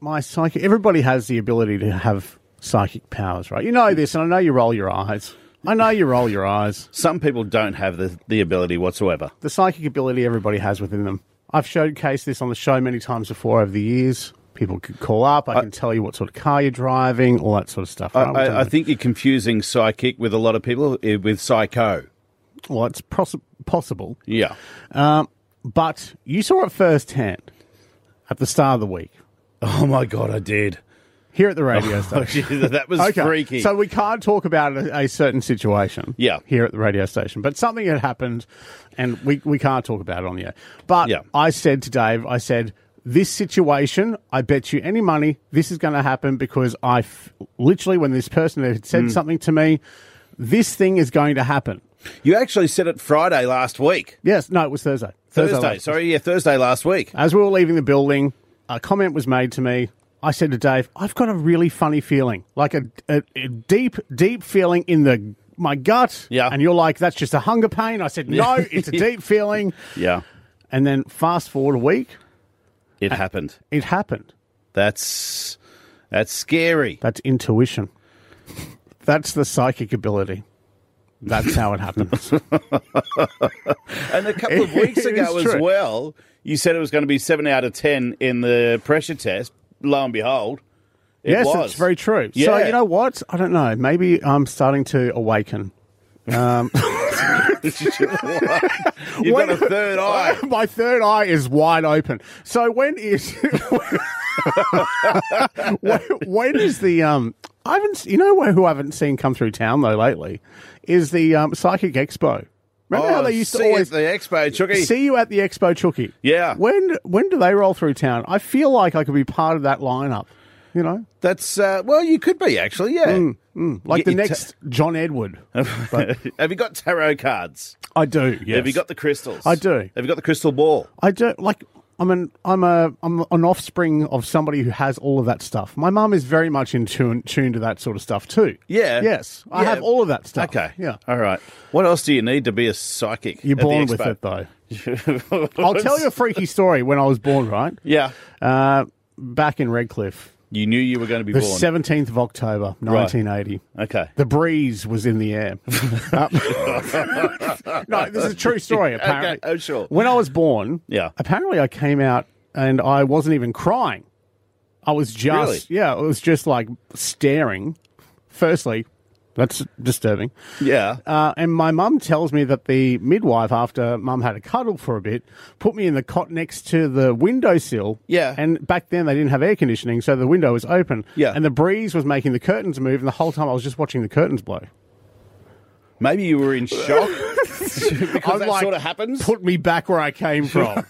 my psychic. Everybody has the ability to have psychic powers, right? You know this, and I know you roll your eyes. I know you roll your eyes. Some people don't have the, the ability whatsoever. The psychic ability everybody has within them. I've showcased this on the show many times before over the years. People could call up. I, can tell you what sort of car you're driving, all that sort of stuff. I, right? We don't I, I know. think you're confusing psychic with a lot of people eh, with psycho. well, it's pros- possible, Yeah. but you saw it firsthand at the start of the week Oh my god, I did. here at the radio station. Jeez, that was freaky. So we can't talk about a, a certain situation. Yeah. Here at the radio station, but something had happened, and we we can't talk about it on the air. But Yeah. I said to Dave, I said. This situation, I bet you any money, this is going to happen because I f- literally, when this person had Mm. said something to me, this thing is going to happen. you actually said it Friday last week. Yes, no, it was Thursday. Thursday, last- sorry, yeah, Thursday last week. As we were leaving the building, a comment was made to me. I said to Dave, I've got a really funny feeling, like a, a, a deep, deep feeling in the my gut. Yeah. And you're like, that's just a hunger pain. I said, no, it's a deep feeling. Yeah, And then fast forward a week, it happened. it happened. That's that's scary. That's intuition. That's the psychic ability. That's how it happens. And a couple of weeks It ago is as true. well, you said it was going to be seven out of ten in the pressure test. Lo and behold, it yes, was. it's very true. So Yeah. you know what? I don't know. Maybe I'm starting to awaken. You've When- got a third eye. My third eye is wide open. So when is when, when is the um? I haven't. s- You know where- who I haven't seen come through town though lately is the um, psychic expo. Remember how Oh, they used see to always you at the expo, Chucky. see you at the expo, Chookie? Yeah. When when do they roll through town? I feel like I could be part of that lineup. You know, Hmm, That's uh, well, you could be actually. Yeah. like Get the your next John Edward. But Have you got tarot cards? I do. Yes. Have you got the crystals? I do. Have you got the crystal ball? I don't like. I'm an I'm a I'm an offspring of somebody who has all of that stuff. My mum is very much in tune tuned to that sort of stuff too. Yeah. Yes, I Yeah. have all of that stuff. Okay. Oh, Yeah. All right. What else do you need to be a psychic? You're at the born with expo? it though. I'll tell you a freaky story. When I was born, right Yeah. uh, back in Redcliffe, You knew you were going to be the born. seventeenth of October, nineteen eighty. okay. The breeze was in the air. Uh, no, this is a true story, apparently. Okay, oh, sure. When I was born, Yeah. apparently I came out and I wasn't even crying. I was just, yeah, I was just like staring. Firstly, that's disturbing. Yeah. Uh, and my mum tells me that the midwife, after mum had a cuddle for a bit, put me in the cot next to the windowsill. Yeah. And back then they didn't have air conditioning, so the window was open. Yeah. And the breeze was making the curtains move, and the whole time I was just watching the curtains blow. Maybe you were in shock because I'm that like, sort of happens. Put me back where I came from.